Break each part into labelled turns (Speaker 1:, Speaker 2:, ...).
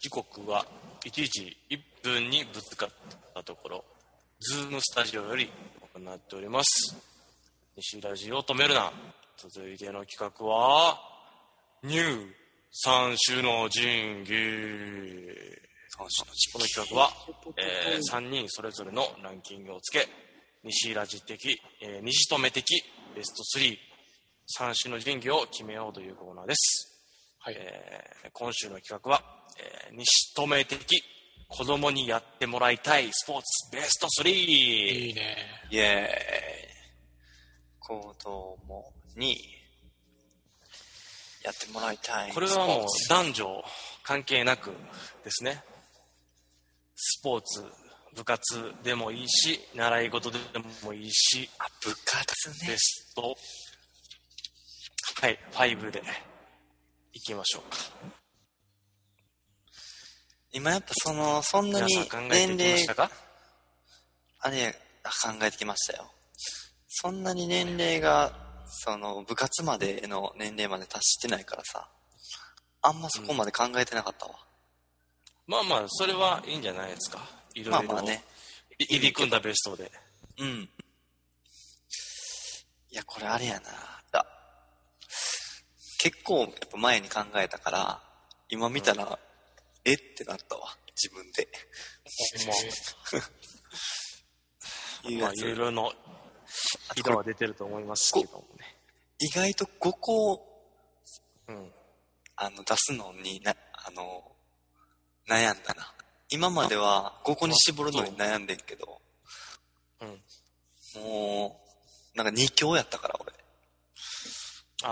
Speaker 1: 時刻は1時1分にぶつかったところ、ズームスタジオより行っております。西ラジを止めるな。続いての企画は、ニュー三種の神器。この企画は、えー3人それぞれのランキングをつけ、西ラジ的、えー西止め的ベスト3、三種の神器を決めようというコーナーです。
Speaker 2: はい
Speaker 1: えー今週の企画は、えー西止め的子供にやってもらいたいスポーツベスト 3!
Speaker 2: いいね。
Speaker 3: イエーイ。子供にやってもらいたい。
Speaker 1: これはもう
Speaker 3: スポ
Speaker 1: 男女関係なくですねスポーツ部活でもいいし習い事でもいいし
Speaker 3: ーツ、部活ね
Speaker 1: ベ。ストはい5でいきましょうか
Speaker 3: 今やっぱその、そんな
Speaker 1: 皆
Speaker 3: に
Speaker 1: さん考えてい
Speaker 3: 年
Speaker 1: きま
Speaker 3: 齢
Speaker 1: したか
Speaker 3: あれ、あ考えてきましたよ。そんなに年齢が、その、部活までの年齢まで達してないからさ、あんまそこまで考えてなかったわ。
Speaker 1: まあまあそれはいいんじゃないですかいろ
Speaker 3: まあ
Speaker 1: いろ
Speaker 3: まあね。
Speaker 1: い入り組んだベストで
Speaker 3: うん。いや、これあれやな。あ結構、やっぱ前に考えたから、今見たら、えってなったわ。自分で。いう
Speaker 1: まあ
Speaker 3: や
Speaker 1: い
Speaker 3: つ
Speaker 1: ろいろの色は出てると思いますけどもね
Speaker 3: 意外と5個、
Speaker 1: うん
Speaker 3: あの、出すのにな、あの、悩んだな。今までは5個に絞るのに悩んでんけど、
Speaker 1: うん
Speaker 3: もう、なんか2強やったから、俺。
Speaker 1: あ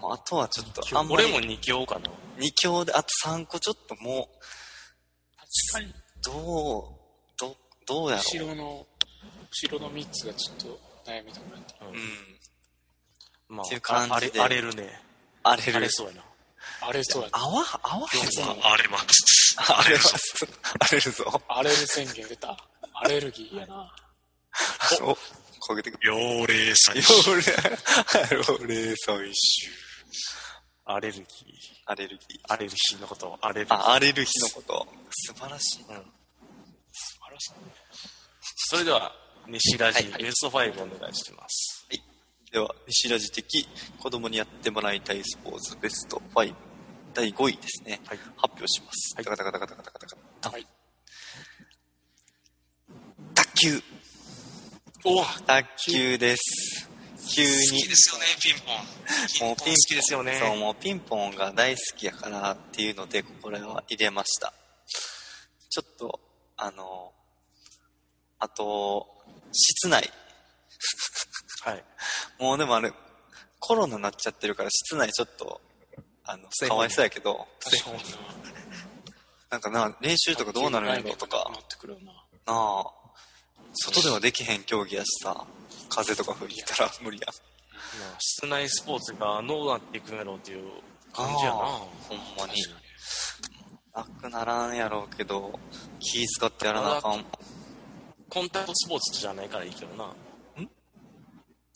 Speaker 3: もうあとはちょっと、あ
Speaker 1: あ
Speaker 3: んま
Speaker 1: 俺
Speaker 3: り
Speaker 1: も2強かな
Speaker 3: 2強で、あと3個ちょっともう、
Speaker 2: 確かに、
Speaker 3: どう、ど、どうやろう
Speaker 2: 後。ろの、後ろの3つがちょっと悩みところやった。
Speaker 3: うん。
Speaker 1: ま
Speaker 3: ってい
Speaker 1: あ
Speaker 3: う感、
Speaker 1: あ
Speaker 3: じ
Speaker 1: れ
Speaker 3: で
Speaker 1: 荒れるね
Speaker 3: 荒れ
Speaker 1: 荒れ
Speaker 3: る。
Speaker 1: そうやな
Speaker 2: 荒れそうやった。
Speaker 3: あわ、あわへんぞ。
Speaker 1: 荒れます
Speaker 3: 荒れます。荒れるぞ。
Speaker 2: 荒れる宣言出た。アレルギーやな。
Speaker 3: お、焦げてくる。
Speaker 1: 幼霊
Speaker 3: よれ、よれ、最終。
Speaker 1: アレルギー
Speaker 3: アレルギー。
Speaker 1: アレルギーのことをアレルギー
Speaker 3: あ、アレルギーのこと。素晴らしい。
Speaker 1: うん
Speaker 2: 素晴らしい。
Speaker 1: それでは西ラジ
Speaker 3: はい
Speaker 1: ベスト5お願いします
Speaker 3: では、西ラジ的子供にやってもらいたいスポーツベスト5、第5位ですね。
Speaker 1: はい
Speaker 3: 発表します。
Speaker 1: はい
Speaker 3: タカタカタカタカタカタカタ
Speaker 2: はい
Speaker 3: 卓球。
Speaker 1: おお
Speaker 3: 卓球です。急に。
Speaker 1: すよねピンポ
Speaker 3: もう
Speaker 1: 好
Speaker 3: ピン
Speaker 1: きですよね
Speaker 3: そう、もうピンポンが大好きやからっていうので、これは入れました。ちょっと、あの、あと、室内。
Speaker 1: はい
Speaker 3: もうでもあれ、コロナになっちゃってるから、室内ちょっと、あの、
Speaker 1: そう
Speaker 3: かわいそうやけど、
Speaker 2: 確かに
Speaker 3: なんかな、練習とかどうなるんやろとか
Speaker 2: な、ってくるよな。
Speaker 3: なあ、外ではできへん競技やしさ、風とか吹いたら 無理やん。
Speaker 1: まあ室内スポーツがどうなっていくんやろうっていう感じやな
Speaker 3: あほんまに。なくならんやろうけど、気使ってやらなあかん。
Speaker 1: コンタクトスポーツじゃないからいいけどなん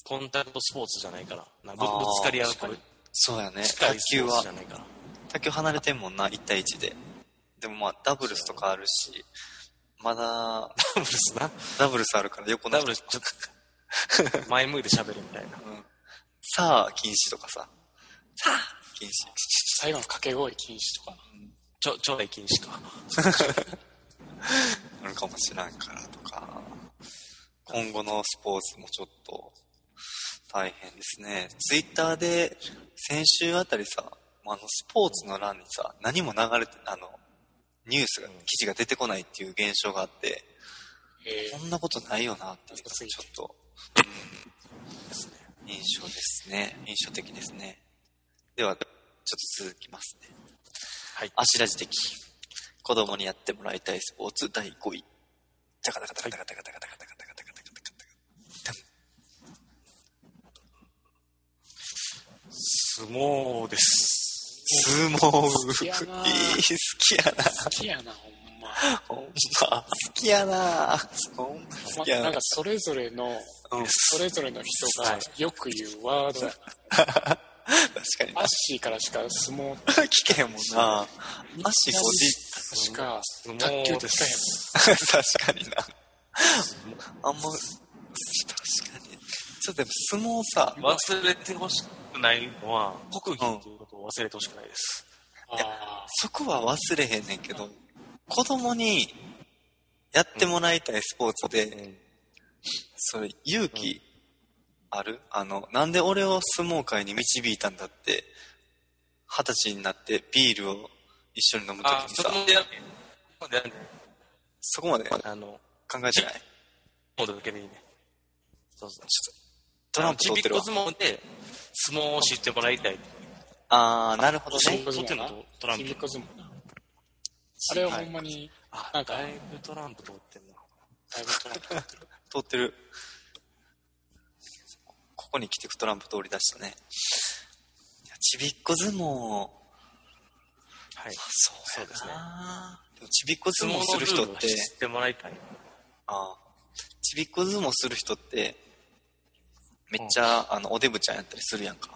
Speaker 1: コンタクトスポーツじゃないからなぶぶ
Speaker 3: あー
Speaker 1: つかり合う
Speaker 2: 確かに
Speaker 3: そうやね。
Speaker 1: 近
Speaker 3: 卓
Speaker 1: いス
Speaker 3: 球
Speaker 1: ポーツ
Speaker 3: は
Speaker 1: じゃ、ないから
Speaker 3: 卓球離れてんもんな、1対1で。でもまあ、ダブルスとかあるし、ま
Speaker 1: ダ
Speaker 3: だ、
Speaker 1: ブルスな
Speaker 3: ダブルスあるから横
Speaker 1: ダ
Speaker 3: の人
Speaker 1: ブルちょっと前向いて喋るみたいな
Speaker 3: うんさあ、禁止とかさ。さあ、禁止。
Speaker 2: 最後の掛け声禁止とかな。
Speaker 1: ちょちょい禁止か
Speaker 3: あるかもしらんからとか。今後のスポーツもちょっと、大変ですね。ツイッターで、先週あたりさ、あの、スポーツの欄にさ、何も流れて、あの、ニュースが、記事が出てこないっていう現象があって、
Speaker 2: え
Speaker 3: こんなことないよなっていうのがちょっと、うん印象ですね。印象的ですね。では、ちょっと続きますね。
Speaker 1: はい
Speaker 3: 足ラジ的。子供にやってもらいたいスポーツ第5位。チャカタカタカタカタカタカタカタカタカタカタカタ
Speaker 1: 相撲です
Speaker 3: 相撲
Speaker 2: きやな
Speaker 3: いい、好きやな。
Speaker 2: ー、好きやな、ほんま。
Speaker 3: ほんま、好きやな。ほんま好きや
Speaker 2: ま、なん
Speaker 3: な
Speaker 2: か。それぞれの、
Speaker 3: うん
Speaker 2: それぞれの人がよく言うワードやな
Speaker 3: 確
Speaker 2: ア
Speaker 3: か
Speaker 2: ッシーからしか相撲
Speaker 3: に。聞けへんもんな。アッシー
Speaker 2: し
Speaker 3: 5
Speaker 2: しか
Speaker 1: 相撲
Speaker 2: 卓球って聞かへんもん
Speaker 3: 時確かにな。あんま、確かに。ちょっとやっぱ相撲さ、
Speaker 1: 忘れてほしくないのは、国技ということを忘れてほしくないです。
Speaker 2: あ
Speaker 3: そこは忘れへんねんけど、子供にやってもらいたいスポーツで、それ、勇気ある、あの、なんで俺を相撲界に導いたんだって、二十歳になってビールを一緒に飲むと
Speaker 1: あ、
Speaker 3: きに
Speaker 1: そ
Speaker 3: さ
Speaker 1: こ、までやる。そこまでやる
Speaker 3: そこまで考
Speaker 1: あの、
Speaker 3: えてない
Speaker 1: モードだけでいいね。そうそう。
Speaker 3: トランプ
Speaker 1: ちびっ
Speaker 3: 取っ
Speaker 1: て
Speaker 3: る
Speaker 1: こ
Speaker 3: わ。
Speaker 1: 相撲で、相撲を知ってもらいたい。
Speaker 3: あー、なるほど
Speaker 2: あ
Speaker 3: ね。
Speaker 1: 取ってんのとトランプ
Speaker 2: ちびっこ相撲なあれはほんまに
Speaker 1: あ、
Speaker 2: なんか
Speaker 1: だいぶトランプ通ってんな。
Speaker 2: だいぶトランプやってる
Speaker 3: 通ってる。ここに来てトランプ通り出したね。いやちびっこ相撲、
Speaker 1: はい。
Speaker 3: そう
Speaker 1: そうですね
Speaker 3: なでもちびっこ相
Speaker 1: 相撲
Speaker 3: 撲す
Speaker 1: のル
Speaker 3: る人
Speaker 1: ー
Speaker 3: っ
Speaker 1: ルは
Speaker 3: て、
Speaker 1: 知ってもらいたい。
Speaker 3: あーちびっこ相撲する人って、めっちゃ、あの、おデブちゃんやったりするやんか。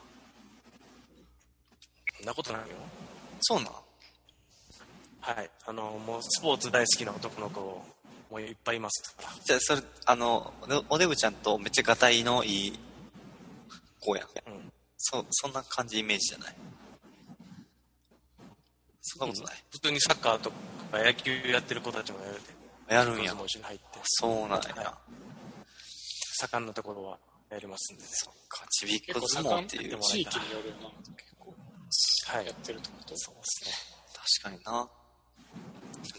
Speaker 1: そんなことないよ。
Speaker 3: そうなん
Speaker 1: はい。あの、もうスポーツ大好きな男の子、もういっぱいいますから。
Speaker 3: じゃあ、それ、あの、おおデブちゃんとめっちゃガタイのいい子やん。
Speaker 1: うん。
Speaker 3: そ、そんな感じイメージじゃないそんなことない。
Speaker 1: 普通にサッカーとか野球やってる子たちもやるで。
Speaker 3: やるんや
Speaker 1: 相撲。一緒に入って、
Speaker 3: そうなん
Speaker 1: はい
Speaker 3: や。
Speaker 1: 盛んなところはやりますんでね。
Speaker 3: そっか、ちびっ
Speaker 2: 結
Speaker 3: こ
Speaker 2: 構
Speaker 3: 相
Speaker 2: 盛
Speaker 3: 撲
Speaker 2: ん
Speaker 3: っ
Speaker 2: ってて
Speaker 3: いう。確
Speaker 2: 地域によるよな結構
Speaker 1: はい。
Speaker 2: やってるってこと
Speaker 1: そうですね。
Speaker 3: かにな。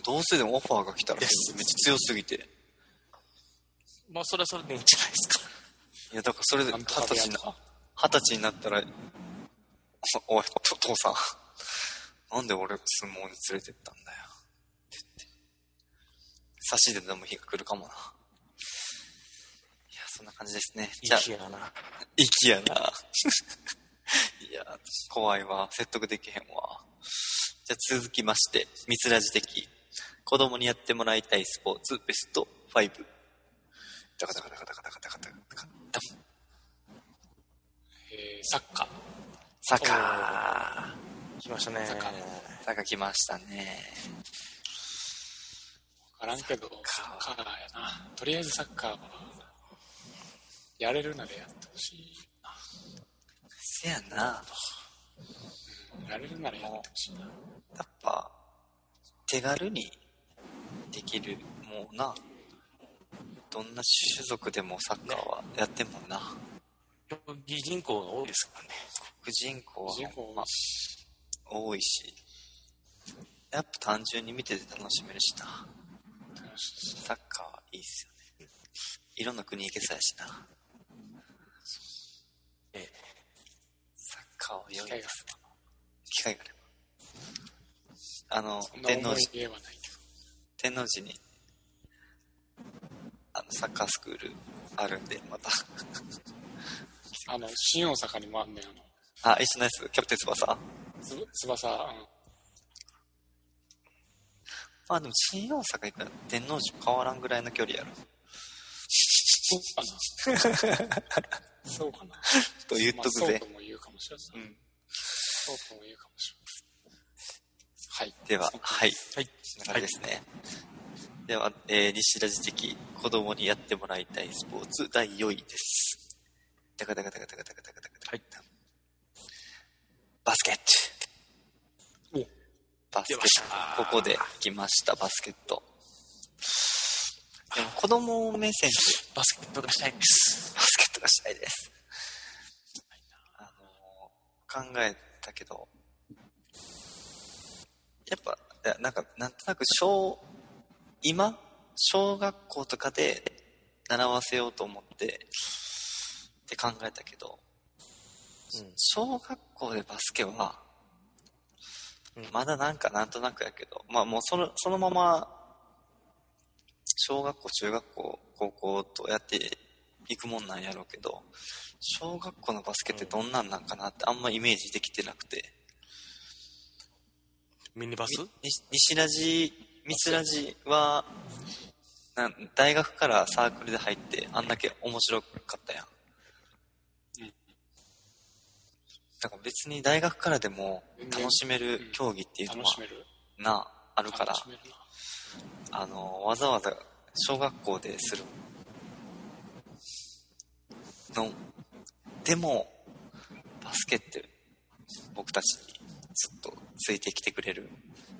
Speaker 3: どうせでもオファーが来たらめっちゃ強すぎて。
Speaker 1: まあ、それはそれでいいんじゃないですか。
Speaker 3: いや、だからそれで
Speaker 2: な
Speaker 3: 二
Speaker 2: ん
Speaker 3: 十
Speaker 2: とか部屋
Speaker 3: 歳
Speaker 2: と
Speaker 3: な、
Speaker 2: か
Speaker 3: 二十歳になったら、おお い、お父さん。なんで俺を相撲に連れてったんだよ。って言って。差しで飲む日が来るかもな。いや、そんな感じですね。じゃあ、
Speaker 1: いいやな。
Speaker 3: 息やな。いや、怖いわ。説得できへんわ。じゃあ続きまして、ミスラジ的。子供にやってもらいたいスポーツベスト5。ダカダカダカダカダカダカダカダカダカ
Speaker 2: えーサッカー
Speaker 3: サカ
Speaker 1: 来ましたね。
Speaker 2: サッカー
Speaker 3: ー。サカ来ましたね。
Speaker 2: 分からんけどサッカーやなとりあえずサッカーはやれるならやってほしい
Speaker 3: せやな。
Speaker 2: やれるならやってほしいな
Speaker 3: やっぱ、手軽にできる。もうな。どんな種族でもサッカーはやってんもんな。
Speaker 1: 競技人口が多いですからね。
Speaker 3: 副人口は
Speaker 2: 人口
Speaker 3: ほんま多いしやっぱ単純に見てて楽しめるしな
Speaker 2: 楽しいし
Speaker 3: サッカーはいいっすよねいろんな国行けそうやしな
Speaker 1: ええ
Speaker 3: サッカーは良
Speaker 2: 機
Speaker 3: い
Speaker 2: 会が
Speaker 3: 機会があればあの
Speaker 2: そんな
Speaker 3: 天
Speaker 2: 思
Speaker 3: 王
Speaker 2: い
Speaker 3: 寺
Speaker 2: 家はないけど
Speaker 3: 天王寺にあのサッカースクールあるんでまた
Speaker 2: あの新大阪にもあんねんあの
Speaker 3: あ一緒のやつキャプテン翼
Speaker 2: つ翼、うん
Speaker 3: まあでも新大阪行ったら天王寺変わらんぐらいの距離やろ
Speaker 2: そうかなそうかな
Speaker 3: と 言っとく
Speaker 2: まあ、そう
Speaker 3: ぜ
Speaker 2: とも言うかもしれない、
Speaker 3: うん
Speaker 2: そうとも言うかもしれないはい
Speaker 3: でははい
Speaker 1: はい。
Speaker 3: あれですね。では、えー西ラジ的子供にやってもらいたいスポーツ第4位です。ダカダカダカダカダカダカダカダカ
Speaker 1: はい
Speaker 3: バスケッ
Speaker 2: お
Speaker 3: ト。バス
Speaker 1: 出
Speaker 3: ケッ
Speaker 1: ました
Speaker 3: ト。ここで来ました、バスケット。でも子供目線で
Speaker 1: バスケットがしたいです。
Speaker 3: バスケットがしたいです。あのー考えたけど、やっぱ、いやなんか、なんとなく小、今、小学校とかで習わせようと思って、って考えたけど、
Speaker 1: うん
Speaker 3: 小学校でバスケは
Speaker 1: うん、
Speaker 3: まだなんかなんとなくやけど、まあもうそのそのまま、小学校、中学校、高校とやっていくもんなんやろうけど、小学校のバスケってどんなんなんかなってあんまイメージできてなくて、
Speaker 1: ミニバス
Speaker 3: み西ラジ、ミスラジは、なん大学からサークルで入ってあんだけ面白かったやん。だから別に大学からでも
Speaker 2: 全然
Speaker 3: 楽しめ
Speaker 2: う
Speaker 3: る
Speaker 2: ん
Speaker 3: 競技っていうの
Speaker 2: 楽
Speaker 3: は
Speaker 2: しめる
Speaker 3: な、あるから
Speaker 2: 楽し、めるな
Speaker 3: あの、わざわざ小学校でするの、でも、バスケって僕たちにずっとついてきてくれる、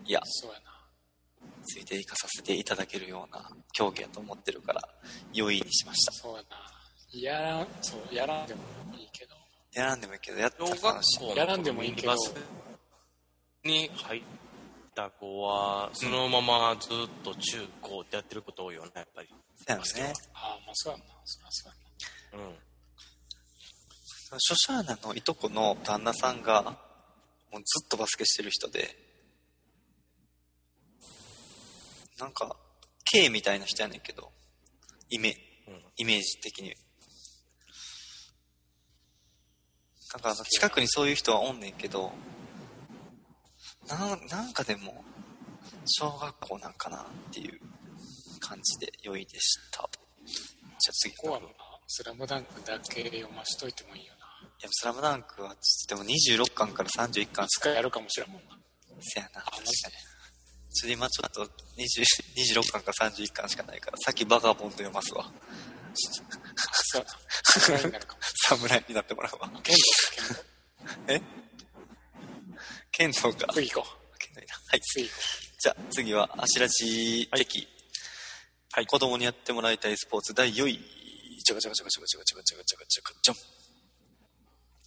Speaker 3: いや、
Speaker 2: そうやな
Speaker 3: ついていかさせていただけるような競技やと思ってるから、良いにしました。
Speaker 2: そうやなやらんそうやらんでもいいけど
Speaker 3: やらんでもいいけど、やった
Speaker 1: 小
Speaker 3: ら
Speaker 1: 学
Speaker 3: 楽しい。
Speaker 1: 校
Speaker 2: やらんでもいいけど
Speaker 1: バスに入った子は、そのままずっと中高ってやってること多いよね、やっぱり。
Speaker 3: そうやね。
Speaker 2: ああまあそうやんなそりゃそうやんな
Speaker 1: うん。
Speaker 3: 初心者のいとこの旦那さんが、もうずっとバスケしてる人で、なんか、K みたいな人やねんけど、イメ、
Speaker 1: うん
Speaker 3: イメージ的に。なんかあの、近くにそういう人はおんねんけど、なんなんかでも、小学校なんかなっていう感じで良いでした。じゃあ次
Speaker 2: こうはもうなスラムダンクだけ読ましといてもいいよない
Speaker 3: や、スラムダンクは、でも26巻から31巻
Speaker 2: 使いやるかもしれんもんな
Speaker 3: せやな。確
Speaker 2: あ
Speaker 3: か
Speaker 2: マ
Speaker 3: に
Speaker 2: ジで。
Speaker 3: ちょっと今ちょっと20 26巻から31巻しかないから、さっきバガボンと読ますわ。
Speaker 2: そうやな使いになるかも
Speaker 3: 侍になってもらうわ。
Speaker 2: 剣道剣道
Speaker 3: え剣道か。
Speaker 2: 次行こ。
Speaker 3: 剣道いいなはいう
Speaker 2: 次行こ
Speaker 3: じゃあ次は、あしらじ的。はい。子供にやってもらいたいスポーツ第4位。ちょこちょこちょこちょこちょこちょこちょこちょこちょこちょ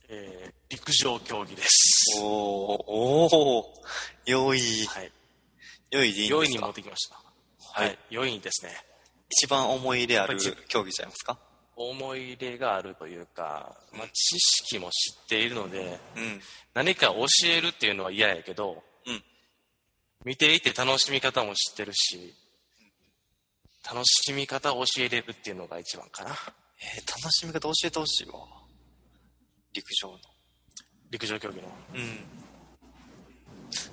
Speaker 1: えー、陸上競技です。
Speaker 3: おー、おー、4位。
Speaker 1: はい。
Speaker 3: 4位でいいん
Speaker 1: 4
Speaker 3: で
Speaker 1: 位
Speaker 3: す
Speaker 1: に持
Speaker 3: か
Speaker 1: ってきました。
Speaker 3: は
Speaker 1: はいい。4位ですね。
Speaker 3: 一番思い入れある競技ちゃいますか
Speaker 1: 思い入れがあるというか、まあ、知識も知っているので、
Speaker 3: うん。
Speaker 1: 何か教えるっていうのは嫌やけど、
Speaker 3: うん。
Speaker 1: 見ていて楽しみ方も知ってるし、楽しみ方を教えれるっていうのが一番かな。
Speaker 3: えー楽しみ方教えてほしいわ陸上の
Speaker 1: 陸上競技の。
Speaker 3: うん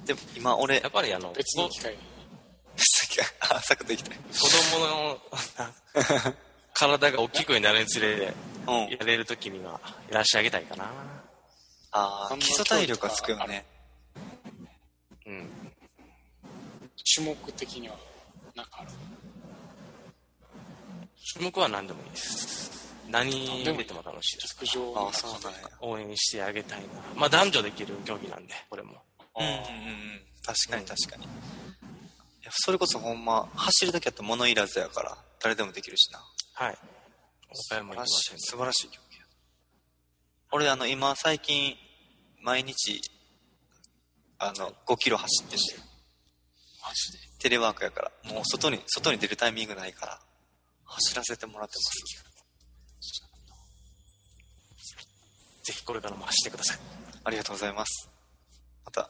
Speaker 3: でも今俺
Speaker 1: やっぱりあの、
Speaker 2: う別の機会に
Speaker 3: あサクッといきたい
Speaker 1: 子供の体が大きくなるにつれ
Speaker 3: うん
Speaker 1: やれるときにはやらしてあげたいかな
Speaker 3: あ
Speaker 2: あ
Speaker 3: あ
Speaker 2: んま
Speaker 3: 基礎体力がつくよ
Speaker 2: 興味
Speaker 3: ね
Speaker 1: うん
Speaker 2: 種目的にはなんかある
Speaker 1: 種目は何でもいいです何入れても楽しいです
Speaker 2: 陸上
Speaker 3: あ
Speaker 2: の
Speaker 3: あそう
Speaker 2: 中
Speaker 3: なん
Speaker 2: で
Speaker 3: や
Speaker 1: 応援してあげたいなまあ男女できる競技なんでこれも
Speaker 3: うんうんうん確かに確かに、いやそれこそほんま走るだけやったら物いらずやから誰でもできるしな
Speaker 1: はい岡山行きまし
Speaker 3: 素晴らしい素晴らしい競技や俺あの今最近毎日あの5キロ走ってしてる
Speaker 2: マジで
Speaker 3: テレワークやからもう外に外に出るタイミングないから走らせてもらって
Speaker 1: ぜひこれからも走ってください
Speaker 3: ますありがとうございますまた
Speaker 1: はい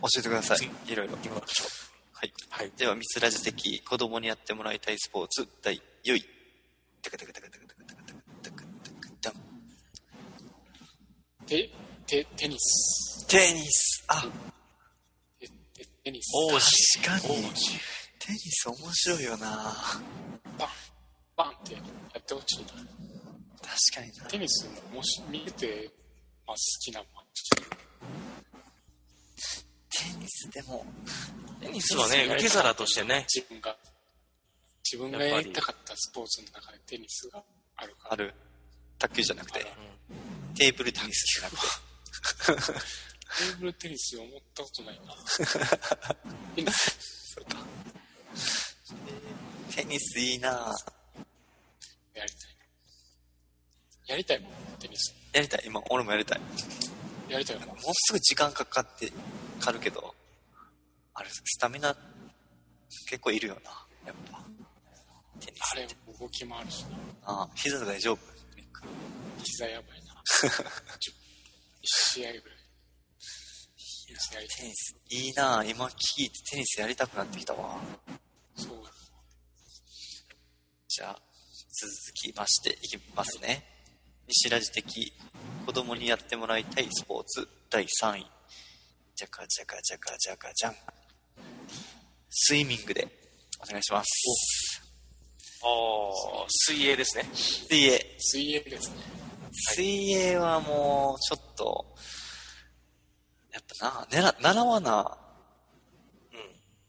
Speaker 3: 教えてくださ
Speaker 1: 次
Speaker 3: いいろいろ
Speaker 1: 行きましょ
Speaker 3: はい、
Speaker 1: はい
Speaker 3: ではミスラジ的子供にやってもらいたいスポーツ第4位テクテクテクテクテクテクテクテクテクテン
Speaker 2: テテテニス
Speaker 3: テニスあ
Speaker 2: テテテニス
Speaker 1: う王子
Speaker 3: 確かに
Speaker 1: 王子
Speaker 3: テニス面白いよな
Speaker 2: バンバンってやってほしいな
Speaker 3: 確かにな
Speaker 2: テニスももし見てて、まあ、好きなもん
Speaker 3: テニスでも
Speaker 1: テニスはね受け皿としてね
Speaker 2: 自分が自分がやりたかったスポーツの中でテニスがあるから
Speaker 3: ある卓球じゃなくて
Speaker 2: ある
Speaker 3: テーブルテニスじゃなくて
Speaker 2: テーブルテニス思ったことない なテニス
Speaker 3: そうか。テニスいいなぁ
Speaker 2: やりたいなやりたいもんテニス
Speaker 3: やりたい、今、俺もやりたい。も
Speaker 2: やりたいもん
Speaker 3: うすぐ時間かかって、かかるけど、あれ、スタミナ、結構いるよな、やっぱ。テニ
Speaker 2: あ
Speaker 3: ス。
Speaker 2: れ動き回るしな
Speaker 3: ああ膝大丈夫
Speaker 2: 膝やばいなちょ一試合ぐらいテニスやりた
Speaker 3: テ
Speaker 2: い
Speaker 3: ニス、いいなぁ今聞いてテニスやりたくなってきたわ。
Speaker 2: そう
Speaker 3: じゃあ、続きましていきますね。西ラジ的子供にやってもらいたいスポーツ第3位。じゃかじゃかじゃかじゃかじゃん。スイミングでお願いします。
Speaker 1: おー水泳ですね
Speaker 3: 水泳。
Speaker 2: 水泳ですね
Speaker 3: 水泳はもうちょっと、やっぱな、ねら習わな、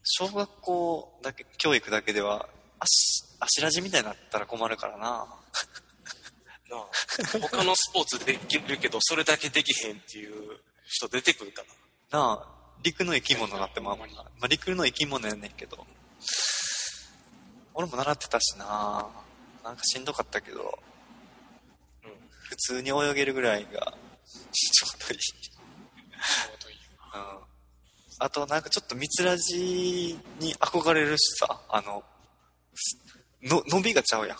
Speaker 3: 小学校だけ、教育だけでは、あし、あしらじみたいになったら困るからな。
Speaker 1: なあ他のスポーツできるけどそれだけできへんっていう人出てくるかな
Speaker 3: なあ、陸の生き物だってまあ、まあ、陸の生き物やねんけど。俺も習ってたしな、なんかしんどかったけど、
Speaker 1: うん
Speaker 3: 普通に泳げるぐらいが、ちょうどいい。
Speaker 2: ちょうどいいよ な
Speaker 3: うん。あと、なんかちょっとミツラジに憧れるしさ、あの、すの、伸びがちゃうやん。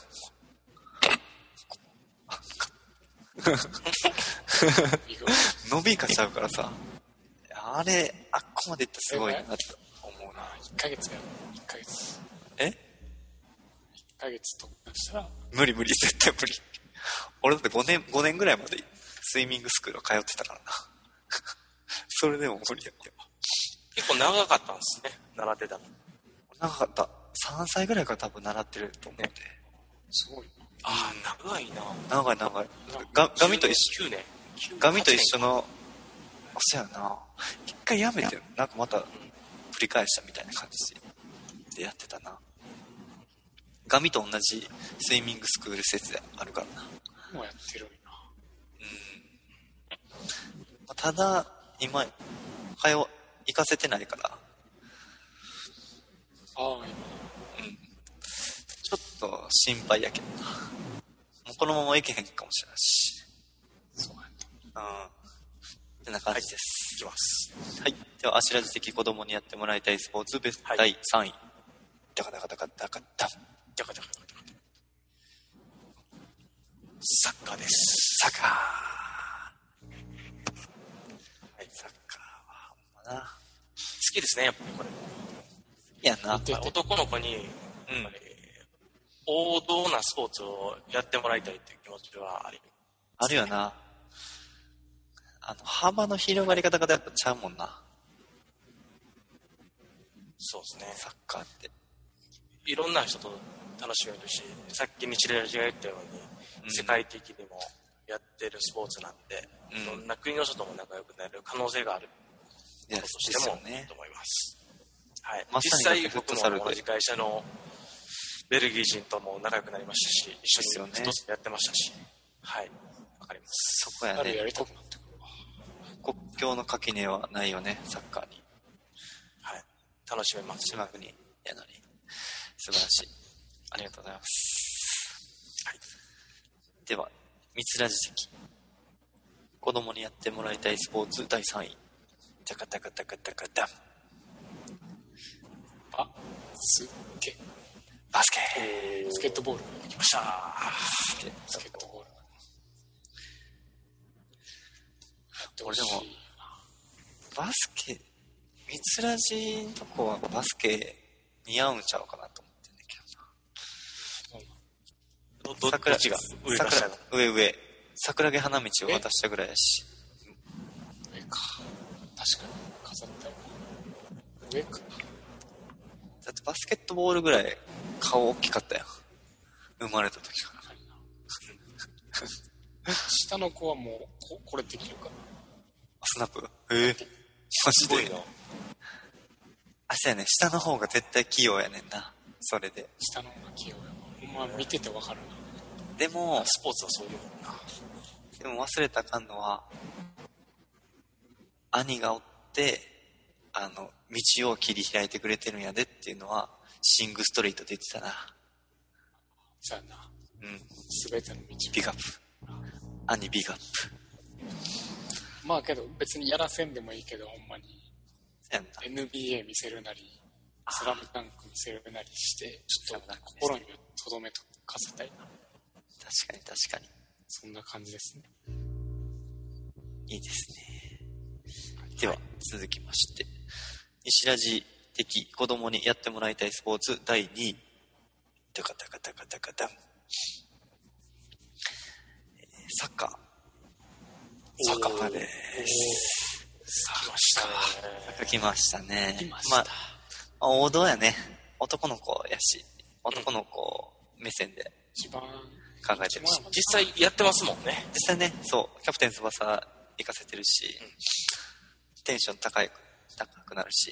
Speaker 2: いく
Speaker 3: 伸びがちゃうからさ、あれ、あっこまでいったらすごいなって思うな。
Speaker 2: あ1ヶ月やろ1ヶ月
Speaker 3: え
Speaker 2: 1ヶ月特訓したら
Speaker 3: 無理無理、絶対無理。俺だって5年、5年ぐらいまでスイミングスクール通ってたからな。それでも無理やったよ。
Speaker 1: 結構長かったんですね習ってたの
Speaker 3: 長かった。3歳ぐらいから多分習ってると思うんで。
Speaker 2: すごいな
Speaker 1: ああ長いな
Speaker 3: 長い長い。がガミと一
Speaker 1: 緒
Speaker 3: 緒。
Speaker 1: 9年
Speaker 3: ガミと一緒の、あ、そやな。一回やめて、なんかまた、繰り返したみたいな感じでやってたな。ガミと同じスイミングスクール施設であるからな。
Speaker 2: もうやってるんやな
Speaker 3: まあただ、今、通わ、行かせてないから、
Speaker 2: ああ
Speaker 3: ちょっと心配やけどな。もうこのまま行けへんかもしれないし。
Speaker 2: そうやな
Speaker 3: うん。てな感じです。
Speaker 1: いきます
Speaker 3: はい。では、アシラジ的子供にやってもらいたいスポーツ、ベスト
Speaker 1: はい
Speaker 3: 第3位。ダカダカダカダカダン。
Speaker 1: ジャカジャカジャカジャカサッカーです
Speaker 3: サッカー。はい、サッカーは、ほんまな。
Speaker 1: 好きですねやっぱりこれ
Speaker 3: いやな。
Speaker 2: で
Speaker 1: まあ男の子にやっ
Speaker 3: うん
Speaker 1: ぱり王道なスポーツをやってもらいたいっていう気持ちはあり
Speaker 3: あるよな。あの、幅の広がり方がやっぱちゃうもんな。
Speaker 1: そうですね
Speaker 3: サッカーって。
Speaker 1: いろんな人と楽しめるしさっき道枝が言ったように、
Speaker 3: うん
Speaker 1: 世界的にもやってるスポーツなんで、
Speaker 3: うん
Speaker 1: どんな国の人とも仲良くなれる可能性がある
Speaker 3: いや、
Speaker 1: と
Speaker 3: そ
Speaker 1: して
Speaker 3: うです
Speaker 1: も
Speaker 3: よね
Speaker 1: と。思います、はい、
Speaker 3: ま
Speaker 1: 実
Speaker 3: さにだ
Speaker 1: 際
Speaker 3: ってフッ
Speaker 1: 僕
Speaker 3: トサルで
Speaker 1: も同じ会社のベルギー人とも仲良くなりましたし一緒に
Speaker 3: ですよね
Speaker 1: 一つやってましたし、はいわかります
Speaker 3: そこや
Speaker 2: あるや
Speaker 3: ね。
Speaker 2: りたくなってくるわ
Speaker 3: 国境の垣根はないよね、サッカーに。
Speaker 1: はい楽しめます
Speaker 3: 島国やのに。素晴らしい。ありがとうございます。
Speaker 1: はい
Speaker 3: では、三つラジ席。子供にやってもらいたいスポーツ第3位。タカタカタカタカダン。
Speaker 2: あすっげえ
Speaker 3: バスケ
Speaker 2: スケートボール
Speaker 1: 来ました
Speaker 3: バスケ
Speaker 2: スケートボール
Speaker 3: 俺でもバスケ、三つラジのとこはバスケ似合うんちゃうかなと思ってんだけど
Speaker 1: ど
Speaker 3: な。
Speaker 1: どど
Speaker 3: 桜
Speaker 1: っちが上か下か
Speaker 3: 桜上上桜木花道を渡したぐらいやし
Speaker 2: 上か確かに飾ってある上か
Speaker 3: だってバスケットボールぐらい顔大きかったよ生まれた時から
Speaker 2: 高いな 下の子はもうここれできるか
Speaker 3: あスナップええ
Speaker 1: すご
Speaker 3: マ
Speaker 1: い
Speaker 3: ジで
Speaker 1: な
Speaker 3: あそうやね下の方が絶対器用やねんなそれで
Speaker 2: 下の方が器用やわほんま見ててわかるな
Speaker 3: でも
Speaker 1: スポーツはそういうもんな
Speaker 3: でも忘れたらあかんのは兄がおってあの道を切り開いてくれてるんやでっていうのはシングストリートで言ってたな
Speaker 2: さあな
Speaker 3: うん
Speaker 2: 全ての道
Speaker 3: ビガップ兄ビガップ
Speaker 2: まあけど別にやらせんでもいいけどほんまに
Speaker 3: そうやんな
Speaker 2: NBA 見せるなりスラムダンク見せるなりしてちょっ
Speaker 3: スラムダン
Speaker 2: と
Speaker 3: クね
Speaker 2: 心にとどめとかせたいな
Speaker 3: 確かに確かに
Speaker 2: そんな感じですね
Speaker 3: いいですね。では、続きまして、西ラジ的子供にやってもらいたいスポーツ第2位。ダカダカダカダカダン。えーサッカー。サッカーで
Speaker 1: さあ来ましたね
Speaker 3: す。来
Speaker 2: 来
Speaker 3: ましたね。
Speaker 2: ました
Speaker 3: まあ、まあ王道やね。男の子やし、男の子目線で
Speaker 2: 一番
Speaker 3: 考えてるし。
Speaker 1: 実際やってますもんね
Speaker 3: 実際ね、そう、キャプテン翼行かせてるし、テンション高い、高くなるし。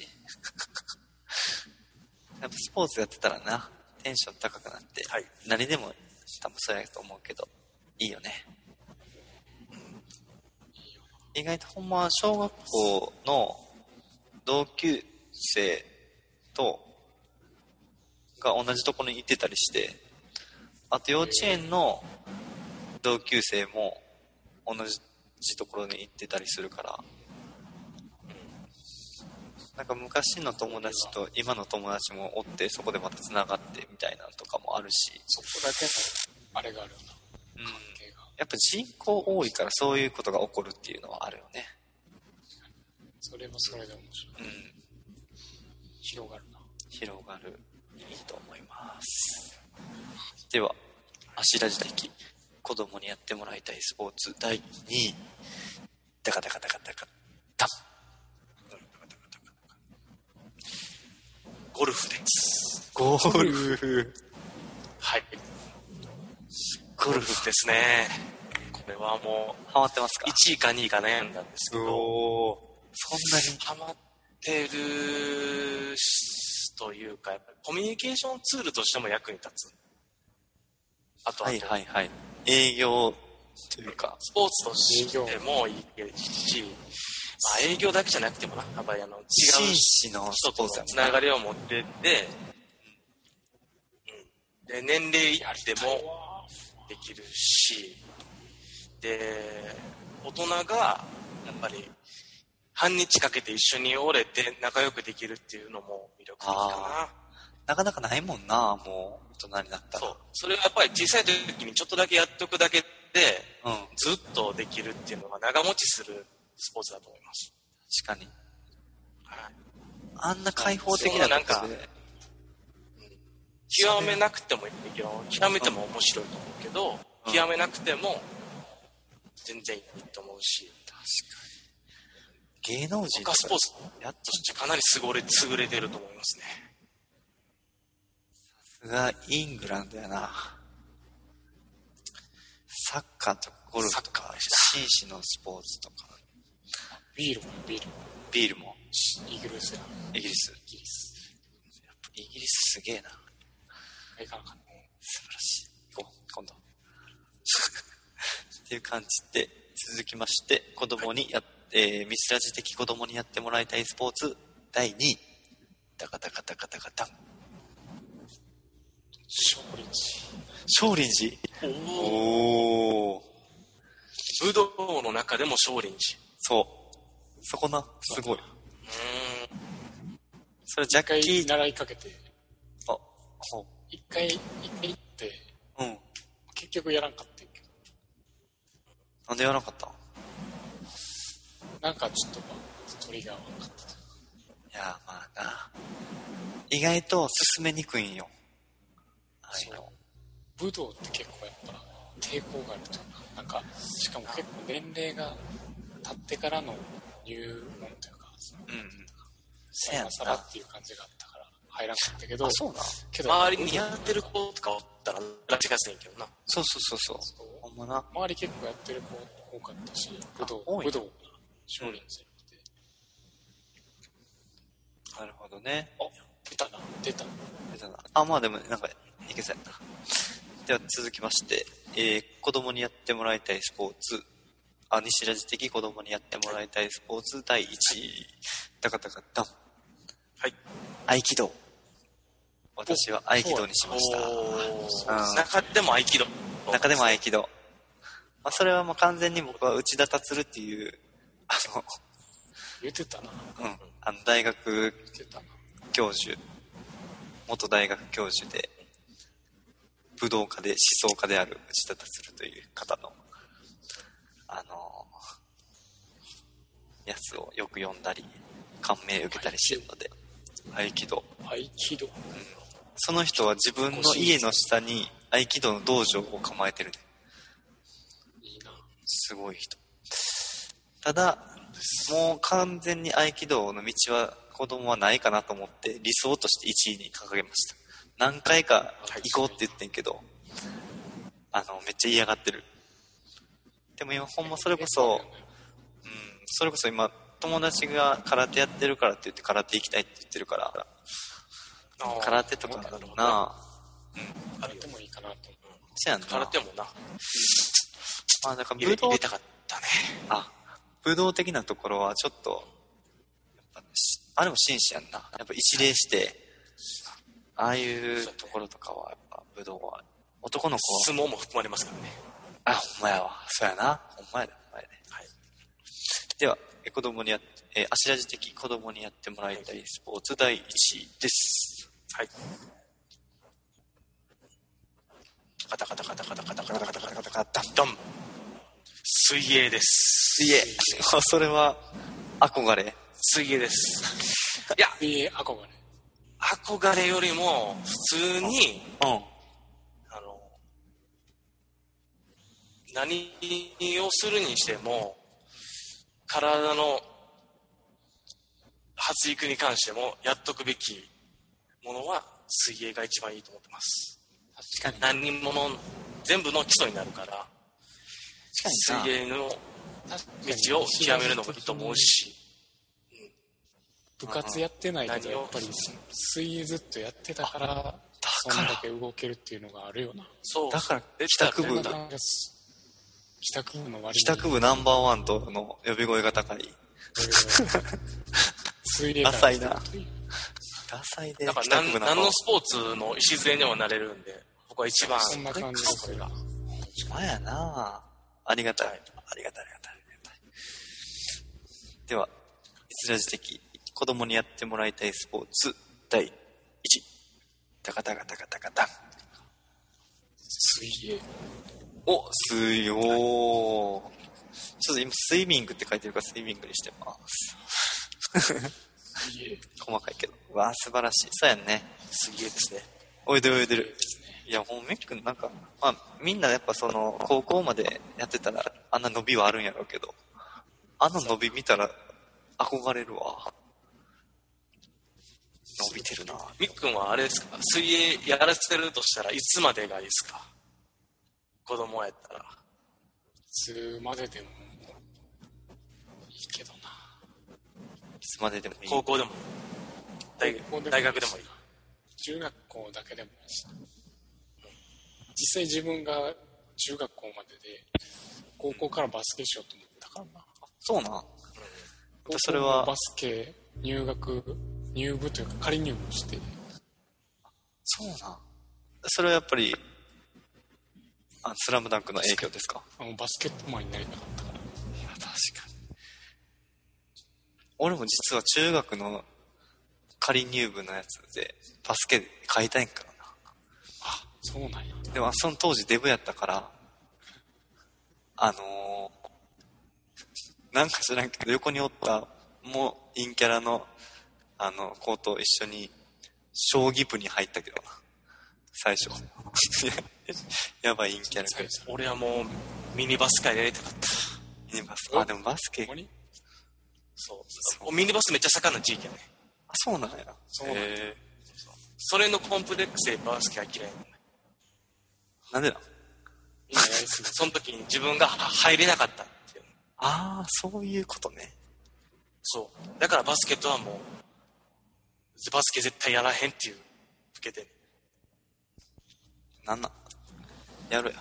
Speaker 3: やっぱスポーツやってたらな、テンション高くなって、
Speaker 1: はい
Speaker 3: 何でも多分そうやと思うけど、いいよね。意外とほんまは小学校の同級生と、が同じところに行ってたりして、あと幼稚園の同級生も同じところに行ってたりするから、なんか昔の友達と今の友達もおってそこでまたつながってみたいなのとかもあるし、
Speaker 2: そこだけのあれがあるよな
Speaker 3: うん、
Speaker 2: 関係が
Speaker 3: やっぱ人口多いからそういうことが起こるっていうのはあるよね、
Speaker 2: それもそれで面白い
Speaker 3: うん、
Speaker 2: 広がるな
Speaker 3: 広がるいいと思いますでは芦田時代記子供にやってもらいたいスポーツ第2位ダカダカダカダカダン
Speaker 1: ゴルフです。
Speaker 3: ゴル フ
Speaker 1: はい。ゴルフですね。これはも
Speaker 3: ハマってますか
Speaker 1: う、1位か2位か悩んだんですけど、
Speaker 3: おーそんなに
Speaker 1: ハマってるしというか、やっぱりコミュニケーションツールとしても役に立つ。あと、あと
Speaker 3: はいはいはい営業というか
Speaker 1: スポーツとしてもいいし、まあ営業だけじゃなくてもな、やっぱりあの、違う
Speaker 3: 紳士のス
Speaker 1: 人
Speaker 3: ポ
Speaker 1: と
Speaker 3: ー
Speaker 1: の
Speaker 3: ツやも
Speaker 1: つ
Speaker 3: んな
Speaker 1: ながりを持ってって、うん、で年齢いってもできるしで大人がやっぱり半日かけて一緒におれて仲良くできるっていうのも魅力的か
Speaker 3: なかなかないもんなもう大人になった
Speaker 1: なそ
Speaker 3: ら
Speaker 1: うそれはやっぱり小さい時にちょっとだけやっとくだけで
Speaker 3: うん
Speaker 1: ずっとできるっていうのが長持ちするスポーツだと思います、
Speaker 3: 確かに
Speaker 1: はい、
Speaker 3: あんな開放的な
Speaker 1: そうな
Speaker 3: 感
Speaker 1: ん
Speaker 3: じで
Speaker 1: か極めなくてもいいけど極めても面白いと思うけど、
Speaker 3: うん
Speaker 1: 極めなくても全然いいと思うし
Speaker 3: 芸能人
Speaker 1: 他
Speaker 3: とか
Speaker 1: スポーツ
Speaker 3: やっと
Speaker 1: としてかなり優れ優れてると思いますね
Speaker 3: がイングランドやなサッカーとかゴルフとか紳士のスポーツとか
Speaker 2: ビールもビール
Speaker 3: ビールも
Speaker 2: イギリスや
Speaker 3: イギリス
Speaker 2: イギリス
Speaker 3: やっぱイギリスすげえな
Speaker 2: あいかなかった
Speaker 3: 素晴らしい行こう今度 っていう感じで続きまして子供にやっ、 えーミスラジ的子供にやってもらいたいスポーツ第2位ダカダカダカダカダン
Speaker 2: 勝利地
Speaker 3: 少林
Speaker 1: お
Speaker 3: 寺おお
Speaker 1: 武道の中でも少林
Speaker 3: そうそこなすごい
Speaker 1: 寺う
Speaker 3: それジャ
Speaker 2: 一
Speaker 3: ッキ
Speaker 2: 回
Speaker 3: ー
Speaker 2: 習いかけて
Speaker 3: あほ
Speaker 2: 一回一回行って
Speaker 3: ううん
Speaker 2: 結局やらんかったけど
Speaker 3: なんでやらなかったい
Speaker 2: なんかちょっとまあトリガーはかったと
Speaker 3: やーまあな意外と進めにくいんよああいうの
Speaker 2: 武道って結構やっぱ抵抗があるというかなんかしかも結構年齢が経ってからの入門というかその
Speaker 3: うんうんせやん
Speaker 2: 今更
Speaker 3: な
Speaker 2: っていう感じがあったから入らなかったけど
Speaker 3: あそうなん
Speaker 2: け
Speaker 1: ん
Speaker 2: ど
Speaker 1: 周りにやってる子とかおったらラジカセやけどな
Speaker 3: そうそうそうそう
Speaker 2: そう
Speaker 3: ほんまな
Speaker 2: 周り結構やってる子多かったし武道
Speaker 3: 多い
Speaker 2: 武道な少林寺って
Speaker 3: なるほどね
Speaker 2: あ出たな出た
Speaker 3: 出たなあまあでもなんかいけそうやなでは続きまして、えー子供にやってもらいたいスポーツあ西ラジ的子供にやってもらいたいスポーツ第1位ダカダカダン
Speaker 1: はい
Speaker 3: 合気道私は合気道にしました
Speaker 1: お中でも合気道
Speaker 3: 中でも合気道、まあ、それはもう完全に僕は内田達郎っていうあ
Speaker 2: 言ってたな
Speaker 3: の,、うん、あの大学
Speaker 2: 言ってたな
Speaker 3: 教授元大学教授で武道家で思想家である内田達郎という方のあのやつをよく読んだり感銘受けたりしてるので合気道
Speaker 2: 合気道
Speaker 3: その人は自分の家の下に合気道の道場を構えてるね
Speaker 2: いいな
Speaker 3: すごい人。ただ、もう完全に合気道の道は子供はないかなと思って理想として1位に掲げました。何回か行こうって言ってんけど、あの、めっちゃ嫌がってる。でも今ほんまそれこそ、うん、それこそ今友達が空手やってるからって言って空手行きたいって言ってるから、
Speaker 1: あー
Speaker 3: 空手とか
Speaker 1: な
Speaker 3: だ
Speaker 1: る
Speaker 3: ろ
Speaker 1: ほ
Speaker 3: う
Speaker 1: どね
Speaker 3: な。
Speaker 2: あれでもいいかなと思う。
Speaker 3: そうやんな。
Speaker 1: 空手もな
Speaker 3: まあ、なんか
Speaker 1: 入れ入
Speaker 3: 武道
Speaker 1: れ、たかったね
Speaker 3: あ、武道的なところはちょっと、やっぱしあれも紳士やんな。やっぱ一礼して、ああいうところとかは、やっぱ武道は、男の子は
Speaker 1: 相撲も含まれますからね
Speaker 3: あ、ほんまやわ。そうやな。ほんまやだ、ほんまやね。
Speaker 1: はい
Speaker 3: では、え子供にや、えー、あしらじ的子供にやってもらいたいスポーツ第1位です。
Speaker 1: はいカタカタカタカタカタカタカタカタカタカタドン水泳です
Speaker 3: いえ、 それは、憧れ。
Speaker 1: 水泳ですいや
Speaker 2: 水泳憧れ。
Speaker 1: 憧れよりも普通に
Speaker 3: うん。
Speaker 1: あの何をするにしても体の発育に関してもやっとくべきものは水泳が一番いいと思ってます
Speaker 3: 確かに。
Speaker 1: 何もの全部の基礎になるから
Speaker 3: 確か
Speaker 1: 水
Speaker 3: にな。
Speaker 1: 泳の
Speaker 2: 確かに
Speaker 1: 道を極めるのもいいと思う。し
Speaker 2: 部活やってないけど、
Speaker 1: 何を
Speaker 2: やっぱり水泳ずっとやってたから、そ
Speaker 3: から
Speaker 2: んだけ動けるっていうのがあるよな。
Speaker 1: そう
Speaker 3: だから、
Speaker 1: で
Speaker 3: 帰宅
Speaker 2: そん
Speaker 3: 部
Speaker 2: な
Speaker 3: だ。
Speaker 2: 感じがす帰宅部の割に
Speaker 3: 帰宅部ナンバーワンとの呼び声が高い。
Speaker 2: 水泳から来てるっていう
Speaker 3: ダサいで、
Speaker 1: だか
Speaker 3: 帰
Speaker 1: ら
Speaker 3: 宅
Speaker 1: 何
Speaker 3: 部ナンバー
Speaker 1: 何
Speaker 3: ワ
Speaker 1: の
Speaker 3: ン。
Speaker 1: スポーツの礎にもなれるんで僕は一番
Speaker 2: そんな感じがするな。
Speaker 3: ほんまやな。ありがたい。
Speaker 1: はい
Speaker 3: ありがたい、ありがたい、ありがたい。では、イスラジ的子供にやってもらいたいスポーツ第1位。タカタカタカタカタン。
Speaker 2: 水泳。
Speaker 3: お、水曜。ちょっと今、スイミングって書いてるから、スイミングにしてます。
Speaker 2: 水泳。
Speaker 3: 細かいけど。うわあ、素晴らしい。そうやんね。
Speaker 1: 水泳ですね
Speaker 3: 泳いでる泳いでる。いや、もうメックなんか、まあ、みんなやっぱその、高校までやってたら、あんな伸びはあるんやろうけど、あの伸び見たら、憧れるわ。伸びてるな。
Speaker 1: みっくんはあれですか水泳やらせてるとしたらいつまでがいいですか子供やったら
Speaker 2: 水まででも、いいけどな。
Speaker 3: いつまででもいい。
Speaker 1: 高校でも大
Speaker 2: 高校でもいいし
Speaker 1: 大学でもいい
Speaker 2: 中学校だけでもいいし実際自分が中学校までで高校からバスケしようと思ったからな
Speaker 3: そうなん。それ
Speaker 2: 高校
Speaker 3: は
Speaker 2: のバ、スケ入学入部というか仮入部して
Speaker 3: そうなん。それはやっぱり、あスラムダンクの影響ですか
Speaker 2: あのバスケットマンになりたかったから
Speaker 3: いや、確かに。俺も実は中学の仮入部のやつで、バスケ買いたいんからな。
Speaker 2: あそうなんや
Speaker 3: でも、その当時デブやったから、あのーなんか知らんけど、横におった、もう、陰キャラの、あの、子と一緒に、将棋部に入ったけどな。最初。 やばい陰キャラ
Speaker 2: 最
Speaker 3: が。
Speaker 2: 初
Speaker 1: 俺はもうミニバス会やりたかった
Speaker 3: ミニバス。あ、でもバスケ
Speaker 2: ほんま、に
Speaker 1: そうミニバスめっちゃ盛んな地域やね
Speaker 3: あ、そうなんや。
Speaker 2: そうなんや
Speaker 3: へ
Speaker 1: それのコンプレックスでバスケは嫌いなのね
Speaker 3: ーなんでなん
Speaker 2: みんなやりすぎ
Speaker 1: その時に自分が入れなかったっていう
Speaker 3: ああ、そういうことね。
Speaker 1: そうだからバスケットはもうバスケ絶対やらへんっていう受けてん
Speaker 3: なんなんやろや。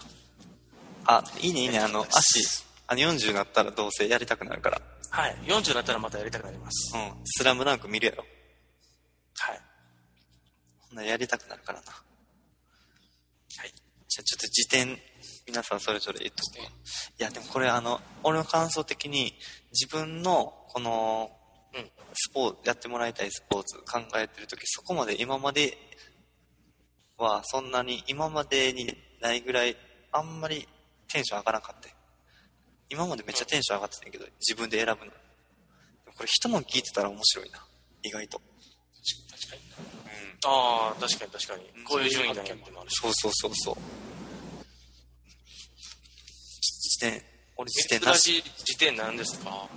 Speaker 3: あ、いいねいいね。あの、足、あの40になったらどうせやりたくなるから。
Speaker 1: はい40になったらまたやりたくなります
Speaker 3: うん。スラムダンク見るやろ。
Speaker 1: はい
Speaker 3: ほんならやりたくなるからな。
Speaker 1: はい
Speaker 3: じゃあちょっと辞典、皆さんそれぞれ言っとこう
Speaker 2: 辞典
Speaker 3: いや、でもこれあの、俺の感想的に、自分の、この、
Speaker 1: うん
Speaker 3: スポーツ、やってもらいたいスポーツ考えてるとき、そこまで今までは、そんなに、今までにないぐらい、あんまりテンション上がらんかった。今までめっちゃテンション上がってたんやけど、自分で選ぶの。でもこれ人の聞いてたら面白いな。意外と。
Speaker 2: 確かに
Speaker 1: ああ確かに確か
Speaker 3: う
Speaker 1: に
Speaker 3: ん
Speaker 1: こういう順位なんやってのあるし
Speaker 3: そうそうそうそう。辞典、俺辞典な
Speaker 1: 珍
Speaker 3: し。
Speaker 1: しい時点なんですか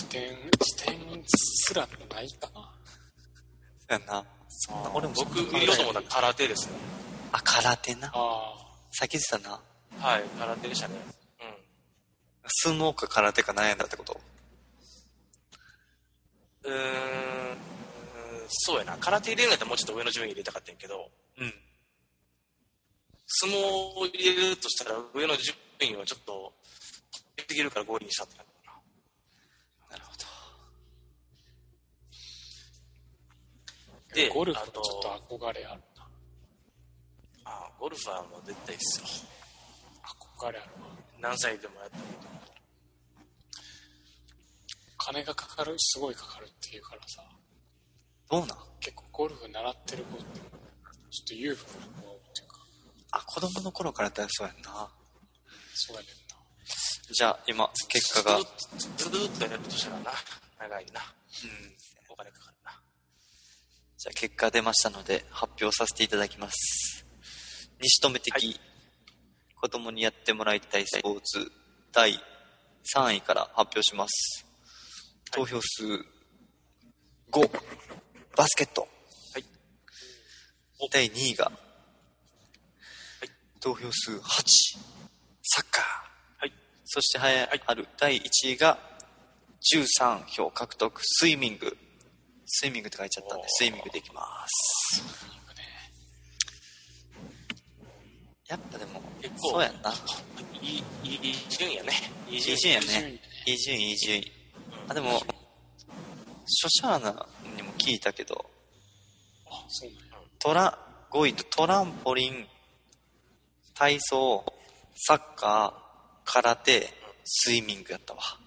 Speaker 2: 自転自転すらないかな
Speaker 3: やんな。そんな、俺もそんな
Speaker 1: 僕
Speaker 3: 考え
Speaker 1: 見ようと思ったら空手ですね
Speaker 3: あ、空手な。
Speaker 2: あ
Speaker 3: さっき言ってたな。
Speaker 1: はい空手でしたねうん
Speaker 3: 相撲か空手か悩んだってこと
Speaker 1: うーんうーんそうやな空手入れるんやったらもうちょっと上の順位入れたかったんやけど
Speaker 3: うん。
Speaker 1: 相撲を入れるとしたら上の順位はちょっと低すぎるから5位にしたってなるか
Speaker 3: なるほ
Speaker 1: なで
Speaker 2: ゴルフ
Speaker 1: あ
Speaker 2: はち
Speaker 1: と
Speaker 2: ょっと憧れあるな。
Speaker 1: あゴルファーも絶対いいっすよ
Speaker 2: 憧れあるわ。
Speaker 1: 何歳でもやってる
Speaker 2: 金がかかる、すごいかかるっていうからさ、
Speaker 3: ど。どうなん
Speaker 2: 結構ゴルフ習ってる子って、ちょっと裕福な子っていうか、
Speaker 3: あ、子供の頃からやったらそうやんな。
Speaker 2: そうやねんな。
Speaker 3: じゃあ、今、結果が。うん。
Speaker 1: ずーっとずーっとやるとしたらな長いなお金かかるな
Speaker 3: じゃあ、結果出ましたので、発表させていただきます。西留的、子供にやってもらいたいスポーツ、第3位から発表します。投票数5、バスケット。
Speaker 1: はい
Speaker 3: 第2位が、投票数8、サッカー。
Speaker 1: はい
Speaker 3: そして、はや、ある第1位が、13票獲得、スイミング。スイミングって書いちゃったんで
Speaker 1: おー、
Speaker 3: スイミングできます。やっぱでも
Speaker 1: 結、構
Speaker 3: そうやんな。
Speaker 1: いいいい順位やねいい
Speaker 3: いい
Speaker 1: 順
Speaker 3: 順位や
Speaker 2: 順位
Speaker 3: ね
Speaker 2: ね。
Speaker 3: いい順位、いい順位。あ、でも、初者アナにも聞いたけど、
Speaker 2: あ、そうなんや。
Speaker 3: トラ、5位とトランポリン、体操、サッカー、空手、スイミングやったわ。やっ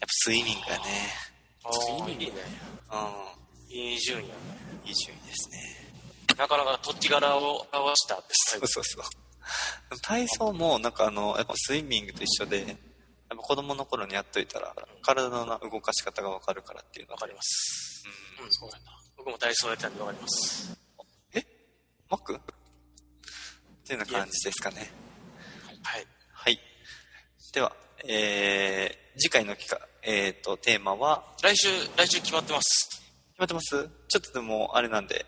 Speaker 3: ぱスイミングやね。
Speaker 1: ああいいねいい順位やね
Speaker 3: うん。いい順位ですね。
Speaker 1: なかなか土地柄を表したってスタイ
Speaker 3: そう
Speaker 1: ル
Speaker 3: そうそう。体操も、なんかあの、やっぱスイミングと一緒で、やっぱ子供の頃にやっといたら、体のな動かし方がわかるからっていうの
Speaker 1: わ
Speaker 3: が
Speaker 1: か。ります
Speaker 3: うん
Speaker 1: うん
Speaker 2: そうやな。
Speaker 1: 僕も体操やってたんでわかります
Speaker 3: えマックっていうような感じですかね。
Speaker 1: はい
Speaker 3: はい。では、えー、次回の企画、えーと、テーマは、
Speaker 1: 来週来週決まってます
Speaker 3: 決まってますちょっとでも、あれなんで、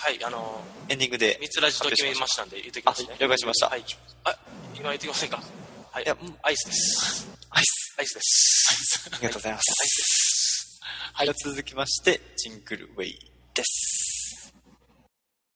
Speaker 1: はいあの
Speaker 3: エンディングで。
Speaker 1: 三つラジと決めましたんで言ってきますね
Speaker 3: あ了解しました
Speaker 1: はいあ今言ってきませんかはい
Speaker 3: いやもう
Speaker 1: アイスです
Speaker 3: アイス。
Speaker 1: アイスです
Speaker 3: ありがとうございます。
Speaker 2: はい
Speaker 3: では続きまして、ジングルウェイです。